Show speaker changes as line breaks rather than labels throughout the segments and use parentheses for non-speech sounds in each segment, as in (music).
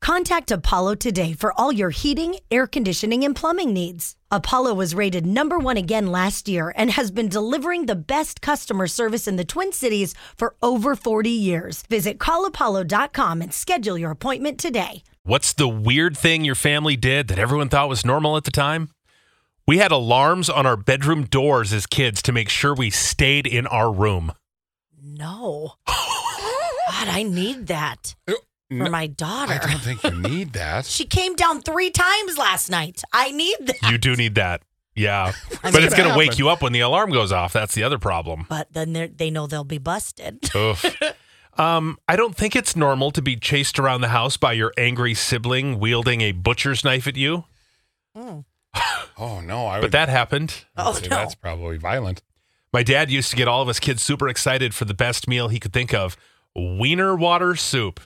Contact Apollo today for all your heating, air conditioning, and plumbing needs. Apollo was rated number one again last year and has been delivering the best customer service in the Twin Cities for over 40 years. Visit callapollo.com and schedule your appointment today.
What's the weird thing your family did that everyone thought was normal at the time? We had alarms on our bedroom doors as kids to make sure we stayed in our room.
No. God, I need that for
No,
my
I
daughter.
don't think (laughs) you need that.
She came down three times last night. I need that.
You do need that.
(laughs)
Yeah.
I
But
mean-
it's going to
Happen.
wake you up when the alarm goes off. That's the other problem.
But then they're- they know they'll be
(laughs)
busted.
Oof. Um, I don't think it's normal to be chased around the house by your angry sibling wielding a butcher's knife at you,
Oh no, I would.
but that happened.
I would
Oh,
say
no.
that's probably violent.
My dad used to get all of us kids super excited for the best meal he could think of wiener water soup.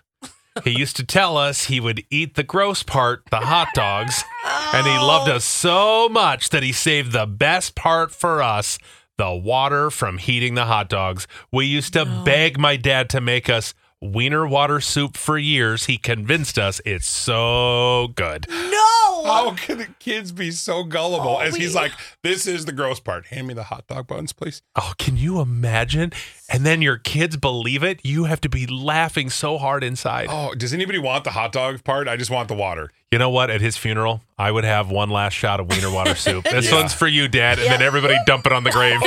He used to tell us he would eat the gross part, the hot dogs,
Oh,
and he loved us so much that he saved the best part for us the water from heating the hot dogs. We used to beg my dad to make us wiener water soup for years. He convinced us it's so good.
No.
How can the kids be so gullible?
Oh,
As
we-
he's like, "This is the gross part. Hand me the hot dog buns, please."
Oh, can you imagine? And then your kids believe it. You have to be laughing so hard inside.
Oh, does anybody want the hot dog part? I just want the water.
You know what? At his funeral, I would have one last shot of wiener
(laughs)
water soup. This
Yeah.
one's for you, Dad, and then
Yeah.
everybody dump it on the
(laughs)
grave.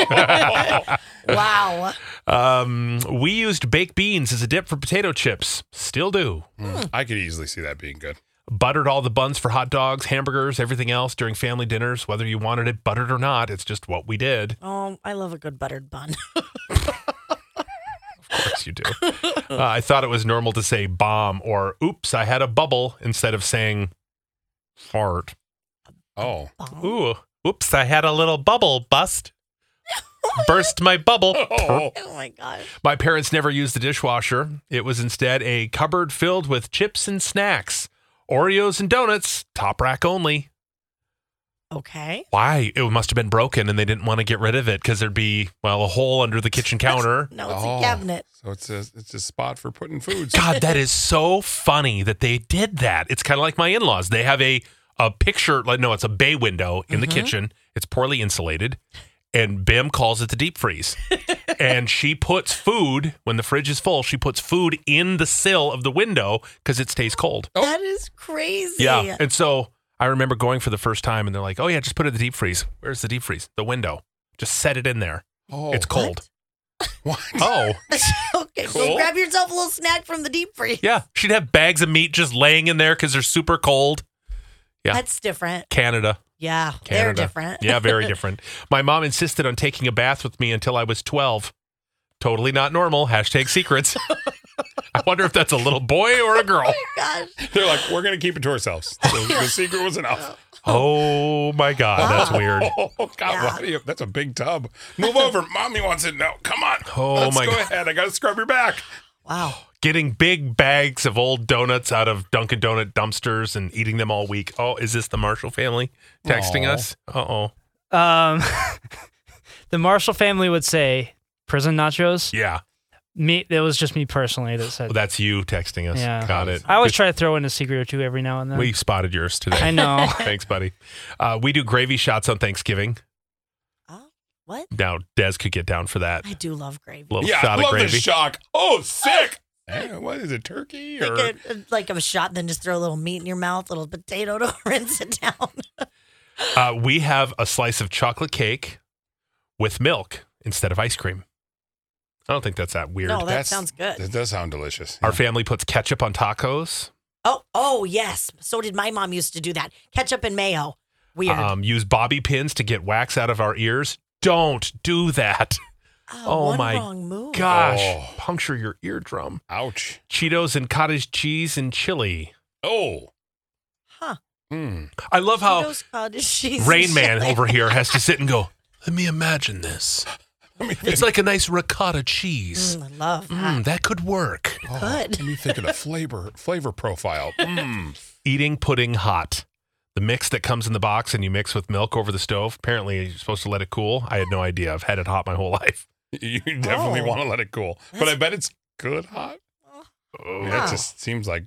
Wow.
um, we used baked beans as a dip for potato chips. Still do.
Hmm, I could easily see that being good.
Buttered all the buns for hot dogs, hamburgers, everything else during family dinners, whether you wanted it buttered or not. It's just what we did.
Oh, I love a good buttered bun.
Of course you
(laughs)
do. Uh, I thought it was normal to say bomb or oops, I had a bubble instead of saying fart.
Oh,
Ooh, oops, I had a little bubble bust.
(laughs)
Burst my bubble.
oh,
Oh my gosh.
My parents never used the dishwasher. It was instead a cupboard filled with chips and snacks, Oreos and donuts, top rack only.
Okay.
Why? It must have been broken and they didn't want to get rid of it because there'd be, well, a hole under the kitchen counter.
No, it's
Oh.
a cabinet.
so it's a it's a spot for putting foods.
God, that is so funny that they did that. It's kind of like my in laws. They have a, a picture, like, no, it's a bay window in
Mm-hmm.
the kitchen, it's poorly insulated. And Bim calls it the deep
(laughs)
freeze. and she puts food, when the fridge is full, she puts food in the sill of the window because it stays cold.
Oh.
That is crazy.
Yeah. And so I remember going for the first time and they're like, oh, yeah, just put it in the deep freeze. Where's the deep freeze? The window. Just set it in there.
Oh, (laughs)
it's cold.
What?
Oh,
(laughs) okay.
Cool.
So grab yourself a little snack from the deep freeze.
yeah. She'd have bags of meat just laying in there because they're super cold. Yeah.
That's different.
Canada.
Yeah.
Canada.
They're different. (laughs)
Yeah, very different. My mom insisted on taking a bath with me until I was 12. Totally not normal. Hashtag secrets. I wonder if that's a little boy or a girl.
Gosh.
They're like, we're gonna keep it to ourselves.
(laughs)
The, the secret was enough.
Oh my God, that's
Wow.
weird.
(laughs) Oh God,
Yeah.
Roddy, that's a big tub. Move over, mommy wants it now. Come on.
Oh,
Let's
my
go
God.
ahead. I gotta scrub your back.
Wow.
(sighs) getting big bags of old donuts out of Dunkin' Donut dumpsters and eating them all week. Oh, is this the Marshall family texting
Aw.
us? Uh oh.
Um, (laughs) the Marshall family would say prison nachos.
Yeah.
Me, it was just me personally that said.
Well, that's you texting us.
Yeah.
Got it.
I always try to throw in a secret or two every now and then.
We spotted yours today.
I know.
(laughs) Thanks, buddy. Uh, we do gravy shots on Thanksgiving.
Oh, what?
Now, Des could get down for that.
I do love gravy.
Little
yeah,
shot
love
of gravy.
the shock. Oh, sick. Eh, what is it, turkey or?
Like a, like a shot, then just throw a little meat in your mouth, little potato to (laughs) rinse it down.
Uh, we have a slice of chocolate cake with milk instead of ice cream. I don't think that's that weird.
No, that
That's-
sounds good.
That does sound delicious.
Our family puts ketchup on tacos.
Oh, oh yes. So did my mom used to do that. Ketchup and mayo. Weird.
Um, use bobby pins to get wax out of our ears. Don't do that. oh
Ah, one
my
wrong move.
Gosh,
Oh.
puncture your eardrum.
Ouch.
Cheetos and cottage cheese and chili.
Oh.
Huh.
Mm.
I love how
Cheetos, (laughs) cottage cheese,
Rain Man
chili.
over here has to sit and go, let me imagine this. It's like a nice ricotta cheese.
Mm, I love that.
Mm, that could work.
Oh,
Good.
Let me think of the flavor flavor profile. Mm.
Eating pudding hot. The mix that comes in the box and you mix with milk over the stove. Apparently, you're supposed to let it cool. I had no idea. I've had it hot my whole (laughs) life.
You definitely
Oh.
want to let it cool, but I bet it's good hot.
Oh,
That
Wow.
just seems like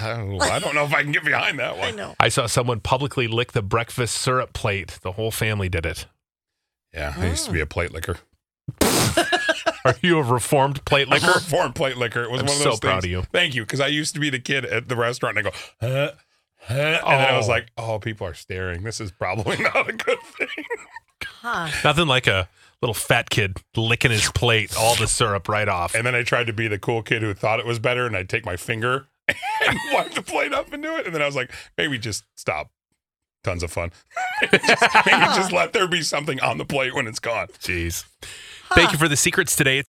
Oh, I don't know if I can get behind that one.
know.
I saw someone publicly lick the breakfast syrup plate. The whole family did it.
Yeah, I used to be a plate licker.
Are you a reformed plate
(laughs)
licker?
Reformed plate licker. It was
I'm
one of
so
those
proud
things.
of you.
Thank you, because I used to be the kid at the restaurant and I go, huh? huh, And then I was
Oh.
like, oh, people are staring. This is probably (laughs) not a good thing.
Huh.
Nothing like a little fat kid licking his plate, all the syrup right off.
And then I tried to be the cool kid who thought it was better, and I'd take my finger (laughs) and wipe the plate up and do it. And then I was like, maybe just stop. Tons of fun. (laughs) maybe, just, maybe just let there be something on the plate when it's gone.
Jeez. Thank you for the secrets today.